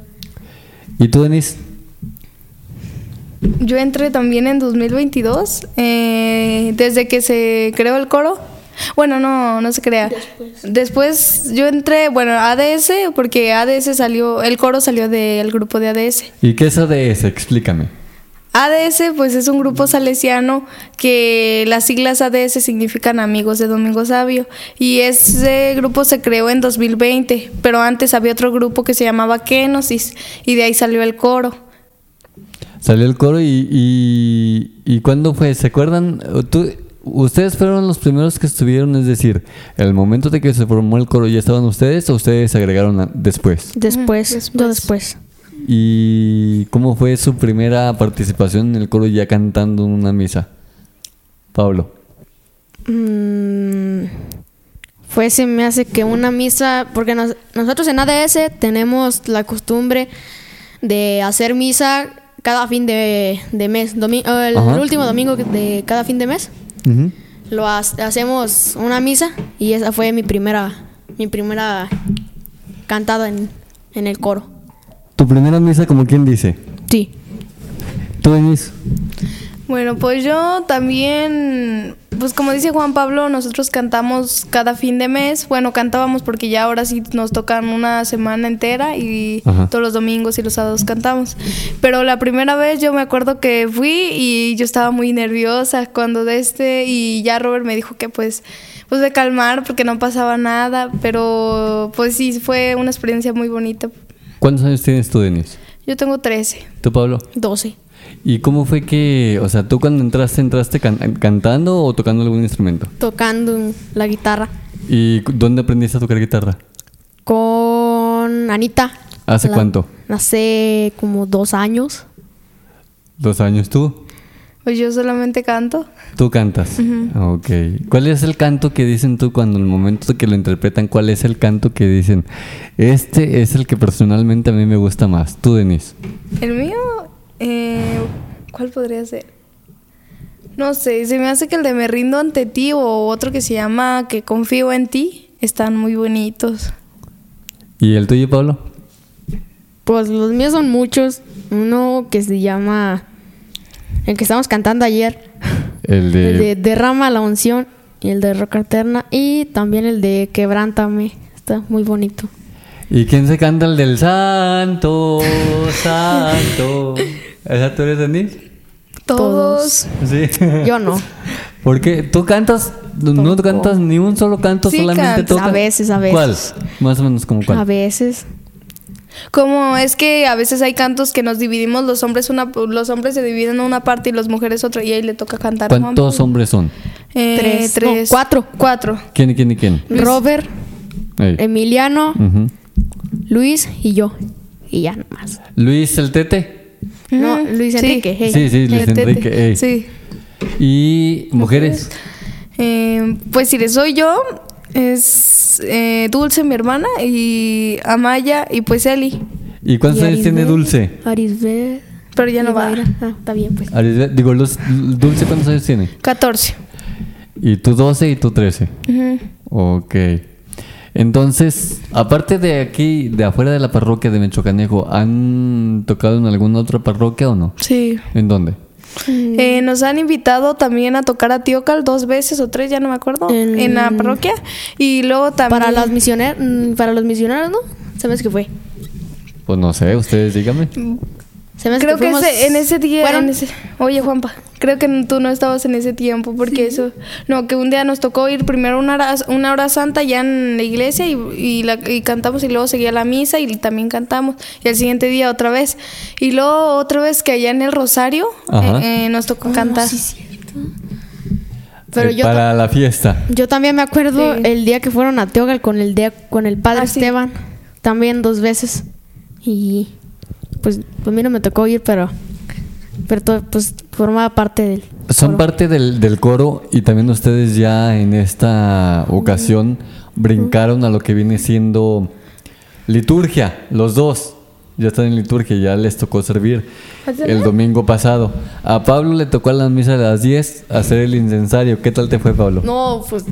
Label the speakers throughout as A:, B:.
A: ¿Y tú, Denise?
B: Yo entré también en 2022, eh, desde que se creó el coro. Bueno, no, no se crea. Después. yo entré, bueno, ADS, porque ADS salió, el coro salió del grupo de ADS.
A: ¿Y qué es ADS? Explícame.
B: ADS, pues es un grupo salesiano que las siglas ADS significan Amigos de Domingo Sabio. Y ese grupo se creó en 2020, pero antes había otro grupo que se llamaba Kenosis, y de ahí salió el coro.
A: Salió el coro y, y, y ¿cuándo fue? ¿Se acuerdan? Tú- ¿Ustedes fueron los primeros que estuvieron? Es decir, el momento de que se formó el coro ya estaban ustedes o ustedes se agregaron a- después?
C: Después, yo después.
A: ¿Y cómo fue su primera participación en el coro ya cantando en una misa? Pablo.
D: Mm, fue, se me hace que una misa, porque nos- nosotros en ADS tenemos la costumbre de hacer misa cada fin de, de mes, domi- o el,
A: Ajá.
D: último domingo de cada fin de mes.
A: Ujú.
D: Lo ha- hacemos una misa y esa fue mi primera, mi primera cantada en, en el coro.
A: ¿Tu primera misa como quien dice?
C: Sí.
A: ¿Tú, Denise?
B: Bueno, pues yo también, pues como dice Juan Pablo, nosotros cantamos cada fin de mes. Bueno, cantábamos porque ya ahora sí nos tocan una semana entera y
A: Ajá.
B: todos los domingos y los sábados cantamos. Pero la primera vez yo me acuerdo que fui y yo estaba muy nerviosa cuando de este y ya Robert me dijo que pues pues de calmar porque no pasaba nada, pero pues sí fue una experiencia muy bonita.
A: ¿Cuántos años tienes tú, Denise?
B: Yo tengo 13.
A: ¿Tú, Pablo?
D: 12.
A: ¿Y cómo fue que, o sea, tú cuando entraste, entraste can- cantando o tocando algún instrumento?
D: Tocando la guitarra
A: ¿Y cu- dónde aprendiste a tocar guitarra?
D: con Anita.
A: ¿Hace
D: La-
A: cuánto?
D: Hace como dos años.
A: ¿Dos años tú?
B: Pues yo solamente canto.
A: Tú cantas. Ok. ¿Cuál es el canto que dicen tú cuando en el momento que lo interpretan, cuál es el canto que dicen? Este es el que personalmente a mí me gusta más. Tú, Denise.
B: El mío, eh, ¿cuál podría ser? No sé, se me hace que el de Me rindo ante ti o otro que se llama Que confío en ti están muy bonitos.
A: ¿Y el tuyo, Pablo?
D: Pues los míos son muchos. Uno que se llama. El que estamos cantando ayer.
A: El de...
D: El de Derrama la unción. Y el de Roca Eterna. Y también el de Quebrántame. Está muy bonito.
A: ¿Y quién se canta el del santo, santo? ¿Esa tú eres Denise?
B: Todos.
A: Sí.
B: Eh.
D: Yo no.
A: Porque tú cantas, no cantas ni un solo canto,
B: Sí
A: solamente
B: canto.
A: tocas.
D: A veces, a veces.
A: ¿Cuál? Más o menos como cuál.
D: A veces.
B: Como es que a veces hay cantos que nos dividimos, los hombres una, los hombres se dividen en una parte y las mujeres otra y ahí le toca cantar. a Juan
A: ¿Cuántos
B: Pablo.
A: hombres son?
B: Eh,
D: Tres.
B: tres.
D: No, cuatro.
B: Cuatro.
A: ¿Quién, quién y quién?
D: Robert,
A: Ey.
D: em. Emiliano,
A: Ujú.
D: Luis y yo. Y ya nomás.
A: Luis el Tete.
D: No,
B: Ujú.
D: Luis
B: Ah, Sí.
D: Enrique. hey.
A: Sí, sí, Luis
B: Eh, tete.
A: Enrique. ey.
B: Sí.
A: Y mujeres.
B: Eh, pues si les soy yo, es eh, Dulce, mi hermana, y Amaya, y pues Eli.
A: ¿Y cuántos
D: Y
A: años tiene
D: Arisbel.
A: Dulce?
D: Arisbel.
B: Pero ya no
D: y
B: va.
D: Baira. Ah, está bien, pues.
A: Arisbel- digo, los- Dulce cuántos años tiene?
B: 14.
A: Y tú 12 y tú 13. Ok. Entonces, aparte de aquí, de afuera de la parroquia de Mechocanejo, ¿han tocado en alguna otra parroquia o no?
B: Sí.
A: ¿En dónde?
B: Eh, nos han invitado también a tocar a Tiocal dos veces o tres, ya no me acuerdo,
D: En-
B: en la parroquia. Y luego también...
D: Para, las misioner mm, para los misioneros, ¿no? Se me hace que fue.
A: Pues no sé, ustedes díganme.
D: Se me hace
B: Creo que
D: fuimos-
B: ese- en ese día...
D: fueron-
B: en ese- oye, Juanpa, creo que tú no estabas en ese tiempo porque eso... No, que un día nos tocó ir primero una hora, una hora santa ya en la iglesia y, y la- y cantamos y luego seguía la misa y también cantamos. Y al siguiente día otra vez. Y luego otra vez que allá en el Rosario
A: Ajá.
B: eh, eh, nos tocó cantar.
D: Pero
A: Eh,
D: yo
A: para la fiesta.
D: Yo también me acuerdo
B: Sí.
D: el día que fueron a Teogal con el día, con el padre
B: Ah, sí.
D: Esteban, también dos veces. Y pues, pues a mí no me tocó ir, pero pero to- pues formaba parte del
A: Son parte del, del coro y también ustedes ya en esta ocasión brincaron a lo que viene siendo liturgia, los dos. Ya están en liturgia, ya les tocó servir el domingo pasado. A Pablo le tocó a la misa de las 10 hacer el incensario. ¿Qué tal te fue, Pablo?
D: No, pues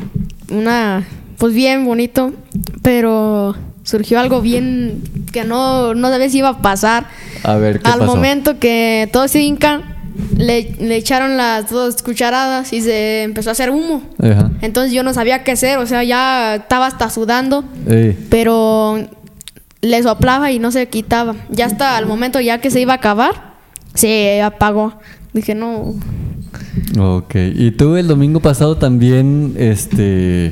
D: una pues bien bonito, pero surgió algo bien que no no sabía si iba a pasar.
A: A ver, ¿qué
D: Al
A: pasó?
D: momento que todos se hincan, le, le echaron las dos cucharadas y se empezó a hacer humo.
A: Ajá.
D: Entonces yo no sabía qué hacer, o sea, ya estaba hasta sudando,
A: Ey,
D: pero le soplaba y no se quitaba. Ya hasta el momento ya que se iba a acabar, se apagó. Dije, no,
A: ok. Y tú el domingo pasado también, este,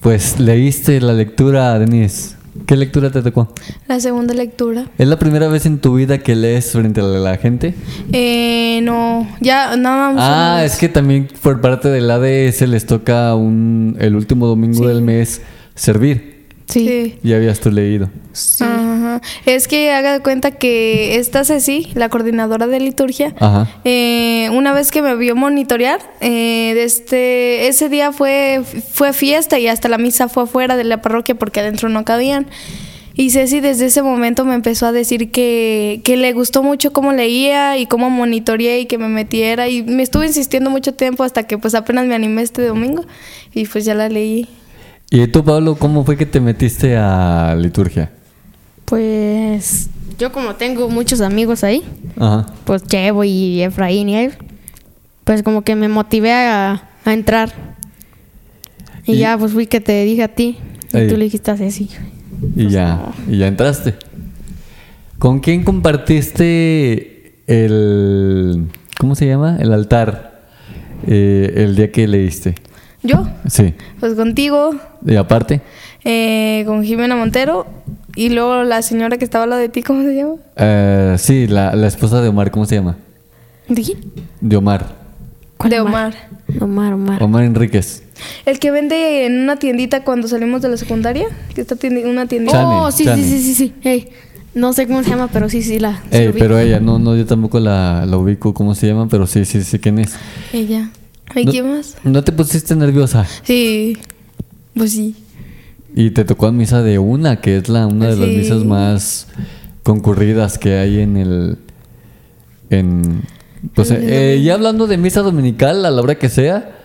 A: pues leíste la lectura, Denise. ¿Qué lectura te tocó?
B: La segunda lectura.
A: ¿Es la primera vez en tu vida que lees frente a la gente?
B: Eh, no, ya nada más.
A: Ah, es que también por parte del ADS les toca un, el último domingo del mes servir.
B: Sí.
A: Ya habías tú leído.
B: Ajá. Es que haga de cuenta que esta Ceci, la coordinadora de liturgia,
A: Ajá.
B: eh, una vez que me vio monitorear, eh, de este, ese día fue, fue fiesta y hasta la misa fue afuera de la parroquia porque adentro no cabían. Y Ceci desde ese momento me empezó a decir que, que le gustó mucho cómo leía y cómo monitoreé y que me metiera. Y me estuvo insistiendo mucho tiempo hasta que pues apenas me animé este domingo y pues ya la leí.
A: ¿Y tú, Pablo, cómo fue que te metiste a liturgia?
D: pues yo como tengo muchos amigos ahí,
A: Ajá.
D: pues Chevo y Efraín y él, pues como que me motivé a, a entrar. Y,
A: Y-
D: ya pues fui que te dije a ti. Y
A: Ey.
D: tú le dijiste a Ceci.
A: Y ya, y ya entraste. ¿Con quién compartiste el... ¿Cómo se llama? El altar. eh, el día que leíste.
B: Yo,
A: Sí.
B: pues contigo,
A: Y aparte,
B: eh, con Jimena Montero y luego la señora que estaba al lado de ti, ¿cómo se llama?
A: eh, sí, la, la esposa de Omar, ¿cómo se llama?
D: ¿Dije?
A: De Omar.
D: ¿Cuál
B: de Omar?
D: Omar? Omar, Omar.
A: Omar Enríquez.
B: El que vende en una tiendita cuando salimos de la secundaria, que está tiendi- una tiendita.
A: Chane,
D: oh, sí,
A: Chane.
D: sí, sí, sí, sí. Ey, no sé cómo se llama, pero sí, sí, la. sí
A: Ey,
D: lo vi.
A: Eh, pero ella, no, no, yo tampoco la, la ubico, ¿cómo se llama? Pero sí, sí, sí, ¿quién es?
B: Ella. ¿Y
A: No-
B: quién más?
A: ¿No te pusiste nerviosa?
B: Sí. Pues sí.
A: Y te tocó en misa de una, que es la una de las
B: Sí.
A: misas más concurridas que hay en el en pues eh, ya hablando de misa dominical a la hora que sea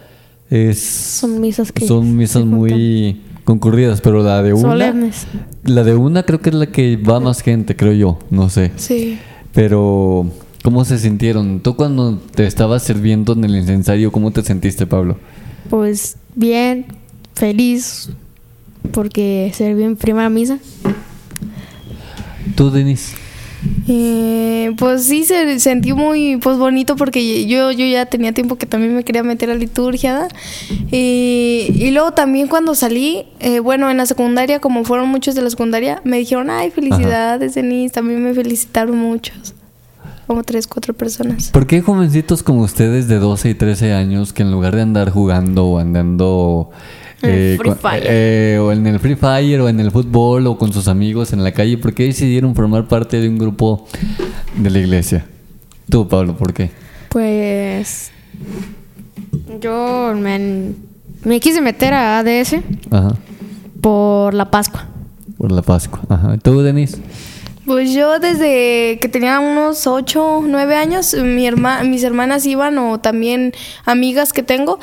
A: es son
D: misas que
A: son misas muy concurridas, pero la de una
D: Solemnes.
A: la de una creo que es la que va más gente, creo yo, no sé.
B: Sí.
A: Pero ¿cómo se sintieron? Tú cuando te estabas sirviendo en el incensario, ¿cómo te sentiste, Pablo?
D: Pues bien, feliz, porque serví en primera misa.
A: Tú, Denis.
B: Eh, pues sí, se sentí muy pues bonito porque yo, yo ya tenía tiempo que también me quería meter a liturgia. ¿da? Y, y luego también cuando salí, eh, bueno, en la secundaria, como fueron muchos de la secundaria, me dijeron, ay, felicidades, Denise. También me felicitaron muchos. Como tres, cuatro personas.
A: ¿Por qué hay jovencitos como ustedes de 12 y 13 años que en lugar de andar jugando o andando eh,
D: Free
A: con-
D: Fire.
A: eh, o en el Free Fire o en el fútbol o con sus amigos en la calle, por qué decidieron formar parte de un grupo de la iglesia? Tú, Pablo, ¿por qué?
D: Pues. Yo me, me quise meter a ADS
A: Ajá.
D: por la Pascua.
A: Por la Pascua. Ajá. ¿Tú, Denise?
B: Pues yo desde que tenía unos 8, 9 años, mi herma- mis hermanas iban o también amigas que tengo.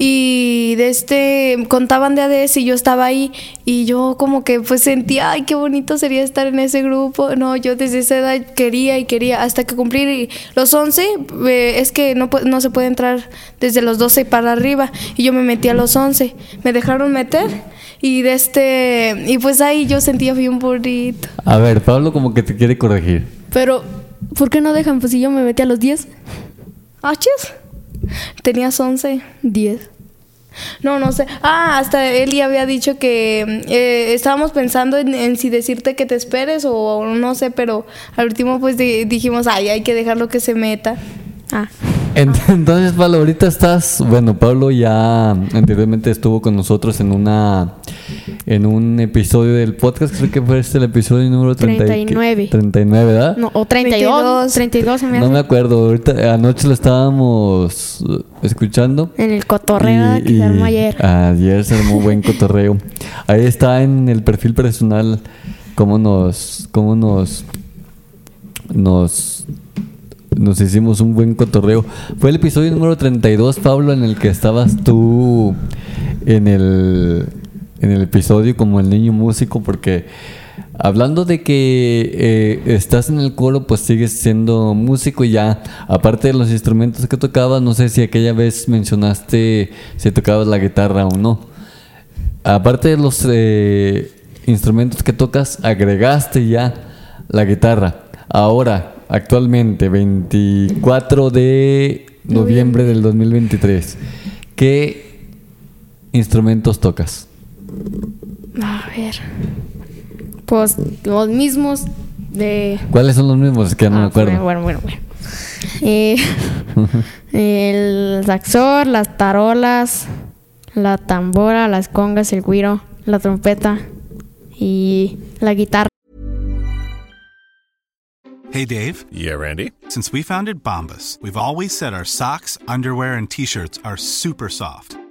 B: y de este contaban de ADS y yo estaba ahí y yo como que pues sentía, ay, qué bonito sería estar en ese grupo. No, yo desde esa edad quería y quería hasta que cumplir los 11, eh, es que no, pu- no se puede entrar desde los 12 para arriba y yo me metí a los 11, me dejaron meter y de este y pues ahí yo sentía bien bonito.
A: A ver, Pablo como que te quiere corregir.
C: Pero, ¿por qué no dejan? Pues si yo me metí a los 10.
B: ¿Achis? Tenías 11.
C: 10.
B: No, no sé. Ah, hasta Eli había dicho que eh, estábamos pensando en, en si decirte que te esperes o, o no sé, pero al último pues di- dijimos, ay, hay que dejarlo que se meta.
D: Ah.
A: Ent- Entonces, Pablo, ahorita estás. Bueno, Pablo ya anteriormente estuvo con nosotros en una en un episodio del podcast, creo que fue este el episodio número 30 y-
D: 39.
A: 39, ¿verdad?
D: No, o 32.
B: 32.
D: 32 se me
A: No
D: hace.
A: me acuerdo, ahorita anoche lo estábamos eh, escuchando.
D: En el cotorreo
A: Y-
D: que se armó
A: y ah.
D: ayer.
A: Ayer se armó buen cotorreo. Ahí está en el perfil personal cómo nos, cómo nos, nos, nos hicimos un buen cotorreo. Fue el episodio número 32, Pablo, en el que estabas tú en el, en el episodio como el niño músico, porque hablando de que eh, estás en el coro, pues sigues siendo músico y ya, aparte de los instrumentos que tocabas, no sé si aquella vez mencionaste si tocabas la guitarra o no. Aparte de los eh, instrumentos que tocas, agregaste ya la guitarra. Ahora, actualmente, 24 de noviembre del 2023, ¿qué instrumentos tocas?
D: A ver. Pues los mismos de.
A: ¿Cuáles son los mismos? Es que ya no
D: Ah,
A: me acuerdo.
D: Bueno, bueno, bueno. Eh, el saxor, las tarolas, la tambora, las congas, el guiro, la trompeta y la guitarra.
E: Hey Dave,
F: Yeah, Randy.
E: since we founded Bombus, we've always said our socks, underwear, and t shirts are super soft.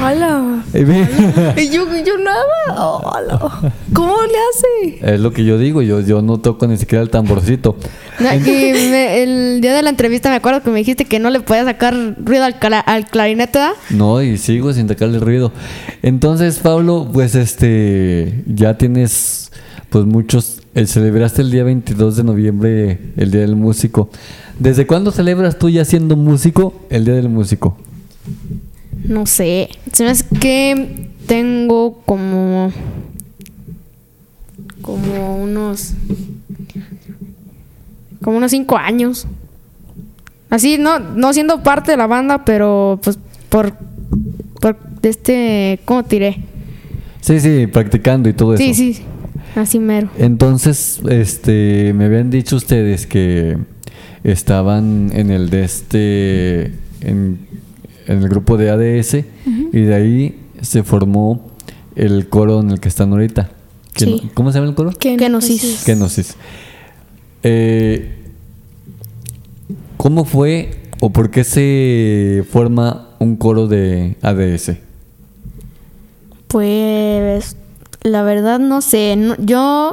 B: Hola.
A: Y ve-
B: Y yo, yo nada. Hola. ¿Cómo le hace?
A: es lo que yo digo, yo, yo no toco ni siquiera el tamborcito.
D: No, y me- el día de la entrevista me acuerdo que me dijiste que no le podías sacar ruido al, cla- al clarinete, ¿verdad?
A: No, y sigo sin sacarle ruido. Entonces, Pablo, pues este, ya tienes, pues muchos, eh, celebraste el día 22 de noviembre, el Día del Músico. ¿Desde cuándo celebras tú ya siendo músico el Día del Músico?
D: No sé. Se me hace que tengo como. Como unos. Como unos cinco años. Así, no, no siendo parte de la banda, pero pues por. Por este. ¿Cómo tiré?
A: Sí, sí, practicando y todo
D: Sí,
A: eso.
D: sí. Así mero.
A: Entonces, este, me habían dicho ustedes que estaban en el de este, en, en el grupo de ADS y de ahí se formó el coro en el que están ahorita. Que
D: Sí.
A: no- ¿Cómo se llama el coro?
D: ¿Qué nos hizo?
A: Kenosis. Eh, ¿Cómo fue o por qué se forma un coro de ADS?
C: Pues, la verdad no sé. No- yo,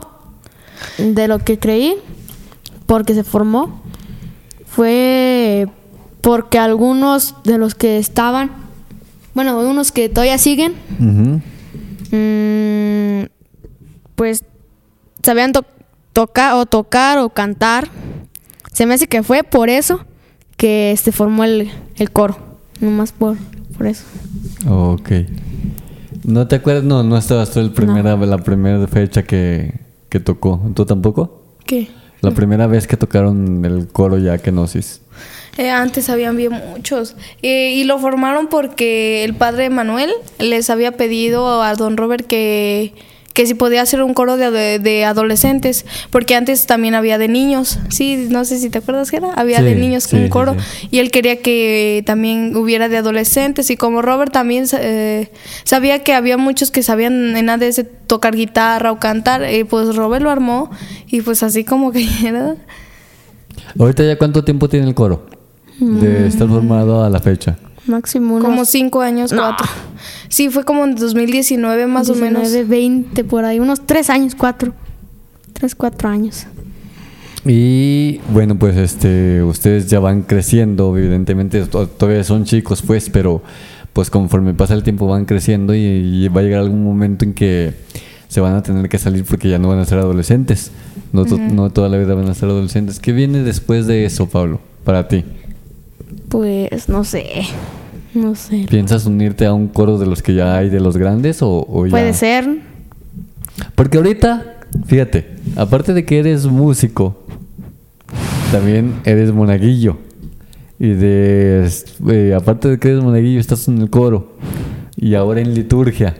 C: de lo que creí, porque se formó, fue porque algunos de los que estaban, bueno, unos que todavía siguen,
A: Ujú.
D: Mm, pues sabían to- tocar o tocar o cantar. Se me hace que fue por eso que se formó el, el coro. Nomás por, por eso.
A: Ok. ¿No te acuerdas? No, no estabas tú el primera, la primera fecha que, que tocó. ¿Tú tampoco?
B: ¿Qué?
A: La primera vez que tocaron el coro ya Kenosis.
B: Eh, antes habían bien muchos. Eh, y lo formaron porque el padre de Manuel les había pedido a don Robert que, que si podía hacer un coro de, de- de adolescentes, porque antes también había de niños, sí, no sé si te acuerdas que era, había
A: Sí,
B: de niños
A: sí, sí,
B: un coro,
A: sí.
B: y él quería que también hubiera de adolescentes, y como Robert también eh, sabía que había muchos que sabían en ADS tocar guitarra o cantar, eh, pues Robert lo armó, y pues así como que era...
A: Ahorita ya cuánto tiempo tiene el coro de estar formado a la fecha.
C: Máximo unos
B: Como cinco años, cuatro. Sí, fue como en 2019 más o
C: 19,
B: menos.
C: 20 por ahí, unos 3 años, 4. 3, 4 años.
A: Y bueno, pues este, ustedes ya van creciendo, evidentemente to- todavía son chicos, pues, pero pues conforme pasa el tiempo van creciendo y, y va a llegar algún momento en que se van a tener que salir porque ya no van a ser adolescentes. No, to- no toda la vida van a ser adolescentes. ¿Qué viene después de eso, Pablo? Para ti,
C: Pues no sé. No sé.
A: ¿piensas unirte a un coro de los que ya hay, de los grandes o, o ya?
C: Puede ser.
A: Porque ahorita, fíjate, aparte de que eres músico, también eres monaguillo. Y de es- eh, aparte de que eres monaguillo, estás en el coro. Y ahora en liturgia.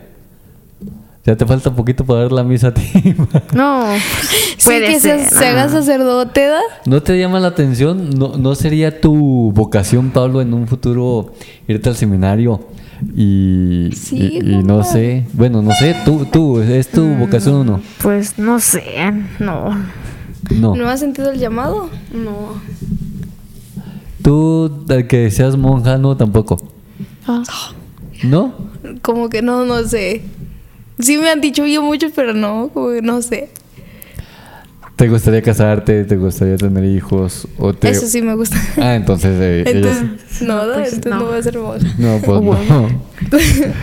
A: Ya te falta poquito para dar la misa a ti.
C: No.
B: Sí, que se, se haga sacerdote, ¿da?
A: ¿No te llama la atención? ¿No, ¿No sería tu vocación, Pablo, en un futuro irte al seminario? Y,
B: Sí,
A: y- y no sé. Bueno, no sé. ¿Tú, tú es tu vocación o no?
C: Pues no sé. No.
A: No.
B: ¿No has sentido el llamado?
C: No.
A: Tú, de que seas monja, no tampoco.
C: Ah.
A: ¿No?
B: Como que no, no sé. Sí me han dicho yo mucho, pero no, como que no sé.
A: ¿Te gustaría casarte? ¿Te gustaría tener hijos? ¿O te...
B: Eso sí me gusta.
A: Ah, entonces. eh, ella sí.
B: Entonces, no, ¿da? Entonces no. voy a ser monja.
A: No, pues no.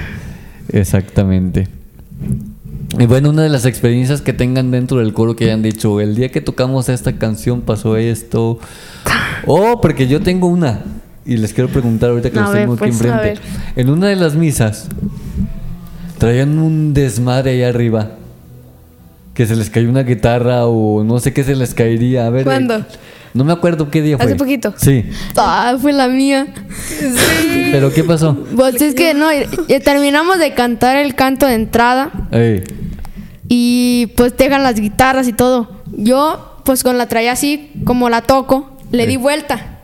A: Exactamente. Y bueno, una de las experiencias que tengan dentro del coro que hayan dicho, el día que tocamos esta canción pasó esto. Oh, porque yo tengo una. Y les quiero preguntar ahorita que
C: A
A: los
C: ver,
A: tengo aquí
C: pues, a
A: enfrente. En una de las misas, traían un desmadre ahí arriba. Que se les cayó una guitarra o no sé qué se les caería. A ver. eh,
B: ¿Cuándo?
A: No me acuerdo qué día fue.
B: Hace poquito.
A: Sí.
D: Ah, fue la mía.
A: ¿Pero qué pasó?
D: Pues es que no, y- y terminamos de cantar el canto de entrada.
A: Ey.
D: Y pues dejan las guitarras y todo. Yo, pues con la traía así, como la toco, le di
A: Sí.
D: vuelta.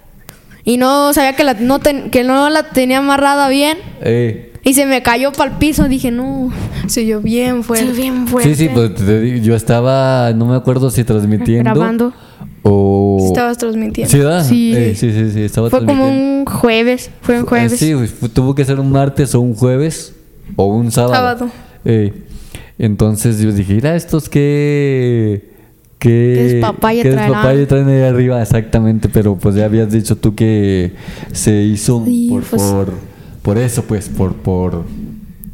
D: Y no sabía que, la, no ten- que no la tenía amarrada bien.
A: Ey.
D: Y se me cayó para el piso. Dije, no.
B: Sí, yo bien fuerte.
D: bien
A: Sí, sí, pues te digo, yo estaba, no me acuerdo si transmitiendo.
C: Grabando.
A: O.
B: Estabas transmitiendo.
A: Oh. ¿Sí, ¿verdad?
C: Sí.
A: Eh, sí, sí, sí, estaba
C: Fue como
A: transmitiendo.
C: un jueves. Fue un
A: Eh,
C: jueves.
A: sí, pues, fu- tuvo que ser un martes o un jueves o un sábado.
B: Sábado.
A: Eh, entonces yo dije, mira, estos que.
C: Que
A: Que,
C: es papaya
A: que es
C: traerán".
A: papaya traen ahí arriba, exactamente, pero pues ya habías dicho tú que se hizo
C: Sí,
A: por,
C: pues-
A: por, por eso, pues, por, por,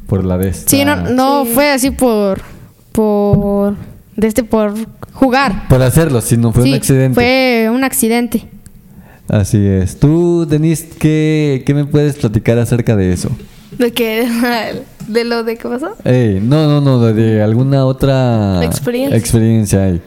A: por la de esta.
C: Sí, no, no fue así por. Por. De este, por jugar.
A: Por hacerlo, si no fue
C: sí,
A: un accidente.
C: Fue un accidente.
A: Así es. Tú, Denise, ¿qué, qué me puedes platicar acerca de eso?
B: ¿De qué? ¿De lo de qué pasó?
A: Ey, no, no, no, de, de alguna otra
B: Experiencia.
A: experiencia, ey.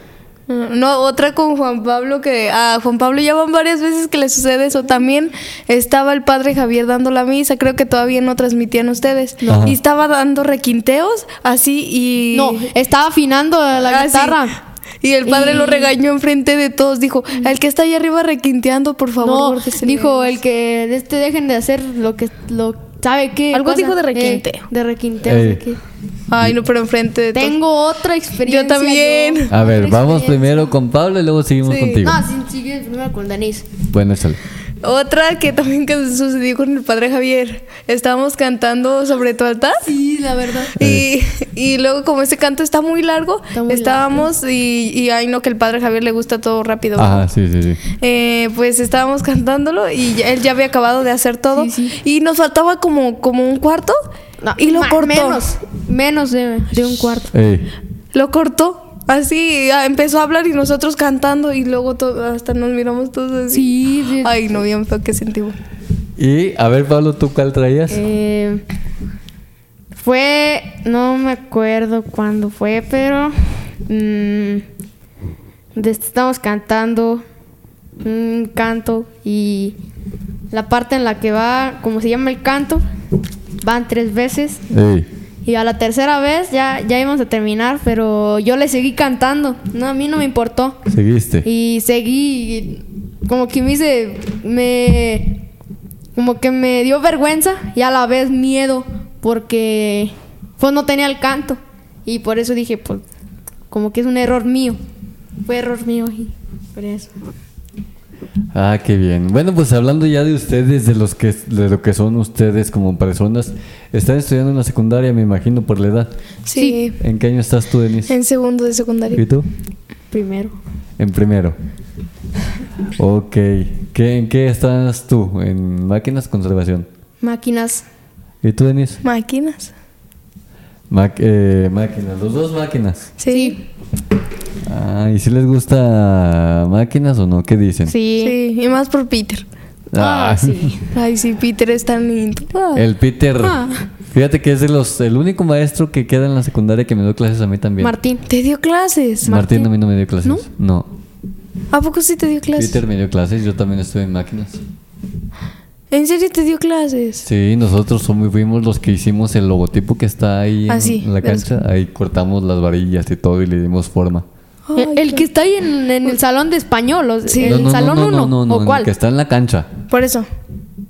B: Mm, No, otra con Juan Pablo que a Juan Pablo ya van varias veces que le sucede eso. También estaba el padre Javier dando la misa, creo que todavía no transmitían ustedes.
A: Ajá.
B: Y estaba dando requinteos así y
D: No, estaba afinando la
B: así.
D: guitarra.
B: Ah, Y el padre
D: Y-
B: lo regañó enfrente de todos, dijo, "El que está ahí arriba requinteando, por favor,
D: No,
B: bórteselo".
D: dijo el que de este dejen de hacer lo que lo sabe qué.
B: Algo
D: cosa?
B: dijo de
D: Eh,
B: requinteo.
D: de requinteo. de
A: Ey.
D: que-
B: Ay, no, pero enfrente de todos.
D: Tengo otra experiencia.
B: Yo también.
D: yo.
A: A ver,
D: Otra
A: vamos
D: experiencia.
A: primero con Pablo y luego seguimos
B: Sí.
A: contigo.
D: No, sí, sigue primero con Denise.
A: Bueno, échale.
B: Otra que también que sucedió con el padre Javier. Estábamos cantando sobre tu altar.
D: Sí, la verdad.
B: Y, y luego como ese canto está muy largo,
D: Está muy
B: estábamos y, y ay no que el padre Javier le gusta todo rápido.
A: Ajá, sí, sí, sí.
B: Eh, pues estábamos cantándolo y ya- él ya había acabado de hacer todo
D: Sí, sí.
B: y nos faltaba como, como un cuarto
D: No,
B: y lo
D: ma-
B: cortó.
D: Menos, menos de, de un cuarto.
A: Ey.
B: Lo cortó. Así ah, empezó a hablar y nosotros cantando y luego to- hasta nos miramos todos así.
D: Sí, sí.
B: Ay, no, bien feo que sentimos.
A: Y a ver, Pablo, ¿tú cuál traías?
C: Eh, fue, no me acuerdo cuándo fue, pero mm, des- estamos cantando un canto y la parte en la que va, como se llama el canto, van tres veces
A: Ey.
D: Y a la tercera vez ya, ya íbamos a terminar, pero yo le seguí cantando. No, a mí no me importó.
A: Seguiste.
D: Y seguí, y como que me hice, me, como que me dio vergüenza y a la vez miedo, porque pues no tenía el canto. Y por eso dije, pues, como que es un error mío. Fue error mío y por eso.
A: Ah, qué bien. Bueno, pues hablando ya de ustedes, de los que de lo que son ustedes como personas, están estudiando en la secundaria, me imagino por la edad.
B: Sí.
A: ¿En qué año estás tú, Denise?
B: En segundo de
A: ¿Y
B: secundaria.
A: tú?
D: Primero.
A: En primero. Ok. ¿Qué, ¿En qué estás tú? En máquinas conservación.
D: Máquinas.
A: ¿Y tú, Denise?
B: Máquinas.
A: Mac- eh, máquinas. Los dos máquinas.
B: Sí.
A: Ah, ¿y si les gusta máquinas o no? ¿Qué dicen?
B: sí.
D: Sí.
B: Y más por Peter.
A: Ah,
B: Ay, sí, Peter es tan lindo. Ah.
A: El Peter. Fíjate que es de los, el único maestro que queda en la secundaria que me dio clases a mí también.
D: Martín.
B: ¿Te dio clases?
A: Martín, a mí no me dio clases. No.
B: ¿A poco sí te dio clases?
A: Peter me dio clases, yo también estuve en máquinas.
B: ¿En serio te dio clases?
A: Sí, nosotros somos- fuimos los que hicimos el logotipo que está ahí en,
B: Ah, sí,
A: en la
B: de los-
A: cancha. Ahí cortamos las varillas y todo y le dimos forma.
B: Ay,
D: El, el que está ahí en, en el salón de español, o-
B: Sí.
D: el
A: No, no, no,
D: salón
A: no,
D: uno,
A: no, no, no, en
D: o
A: el
D: cuál.
A: que está en la cancha.
B: Por eso.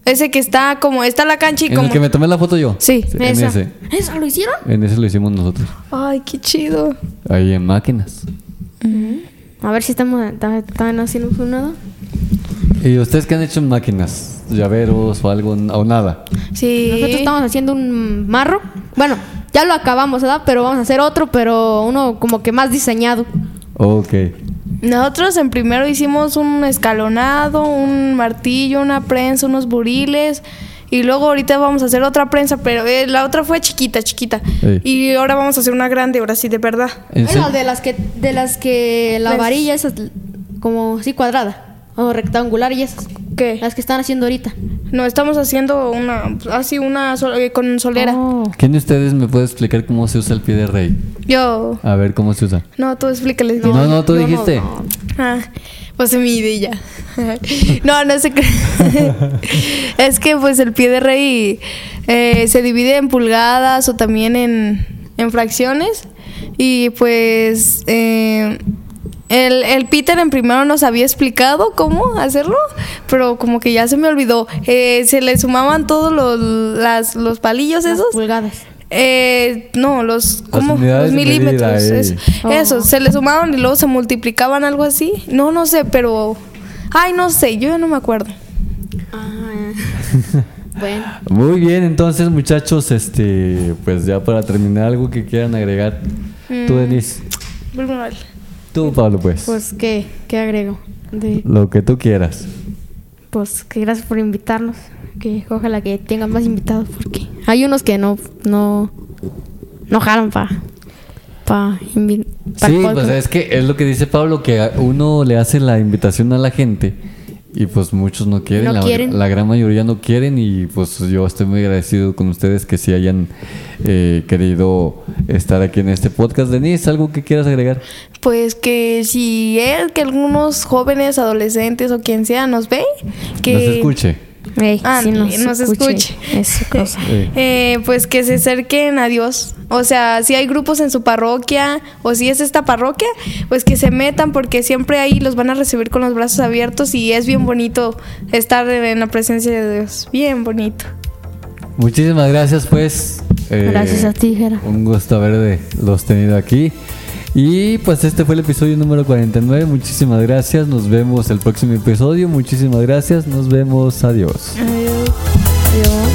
B: Ese que está como. Está la cancha y
A: En
B: como.
A: el que me tomé la foto yo.
B: Sí,
A: en
D: Esa.
A: ese.
D: ¿Esa lo hicieron?
A: En ese lo hicimos nosotros.
B: Ay, qué chido.
A: Ahí en máquinas.
D: A ver si estamos ta- también haciendo uno.
A: ¿Y ustedes qué han hecho en máquinas? ¿Llaveros o algo? ¿O nada?
B: Sí.
D: Nosotros estamos haciendo un marro. Bueno, ya lo acabamos, ¿verdad? Pero vamos a hacer otro, pero uno como que más diseñado.
A: Ok.
B: Nosotros en primero hicimos un escalonado, un martillo, una prensa, unos buriles. Y luego ahorita vamos a hacer otra prensa, pero eh, la otra fue chiquita, chiquita.
A: Ey.
B: Y ahora vamos a hacer una grande, ahora sí, de verdad.
A: ¿En
D: Bueno,
A: serio?
D: de las que de las que la
B: Las-
D: varilla es como así cuadrada o rectangular y esas
B: ¿Qué?
D: las que están haciendo ahorita.
B: No, estamos haciendo una, así una sol- eh, con solera.
A: ¿Quién de ustedes me puede explicar cómo se usa el pie de rey?
B: Yo.
A: A ver, ¿cómo se usa?
B: No, tú explícales.
A: No, no, tú dijiste.
B: Ah, pues se mide y ya. no, no sé. qué- es que pues el pie de rey eh, se divide en pulgadas o también en, en fracciones. Y pues eh, el, el Peter en primero nos había explicado cómo hacerlo, pero como que ya se me olvidó. Eh, se le sumaban todos los, las- los palillos
D: Las
B: esos.
D: pulgadas.
B: Eh, no, los, ¿cómo?
A: unidades
B: los
A: de
B: milímetros.
A: medida, eh.
B: eso,
D: Oh.
B: Eso, se le sumaban y luego se multiplicaban algo así. No, no sé, pero... Ay, no sé, yo ya no me acuerdo.
D: Bueno,
A: Muy bien, entonces muchachos, este, pues ya para terminar algo que quieran agregar. Tú, Denise.
B: Primero él.
A: Tú, Pablo, pues.
D: Mm. pues qué qué agrego de
A: Lo que tú quieras.
D: Pues que gracias por invitarnos. Que ojalá que tengan más invitados porque hay unos que no no no jalan para pa invi- pa el
A: sí,
D: podcast.
A: pues es que es lo que dice Pablo, que a- uno le hace la invitación a la gente y pues muchos no quieren,
D: No
A: la,
D: quieren.
A: la gran mayoría no quieren y pues yo estoy muy agradecido con ustedes que sí hayan eh, querido estar aquí en este podcast. Denise, ¿algo que quieras agregar?
B: Pues que si es que algunos jóvenes, adolescentes o quien sea nos ve, que...
A: Nos escuche.
D: Ey,
B: Ah,
D: sí, nos,
B: nos
D: escuche. Esa cosa.
A: Eh,
B: Eh, pues que se acerquen a Dios. O sea, si hay grupos en su parroquia o si es esta parroquia, pues que se metan porque siempre ahí los van a recibir con los brazos abiertos y es bien bonito estar en la presencia de Dios. Bien bonito.
A: Muchísimas gracias, pues. Eh,
D: Gracias a ti, Jera.
A: Un gusto haber los tenido aquí. Y pues este fue el episodio número 49. Muchísimas gracias. Nos vemos el próximo episodio. Muchísimas gracias. Nos vemos. Adiós.
B: Dios.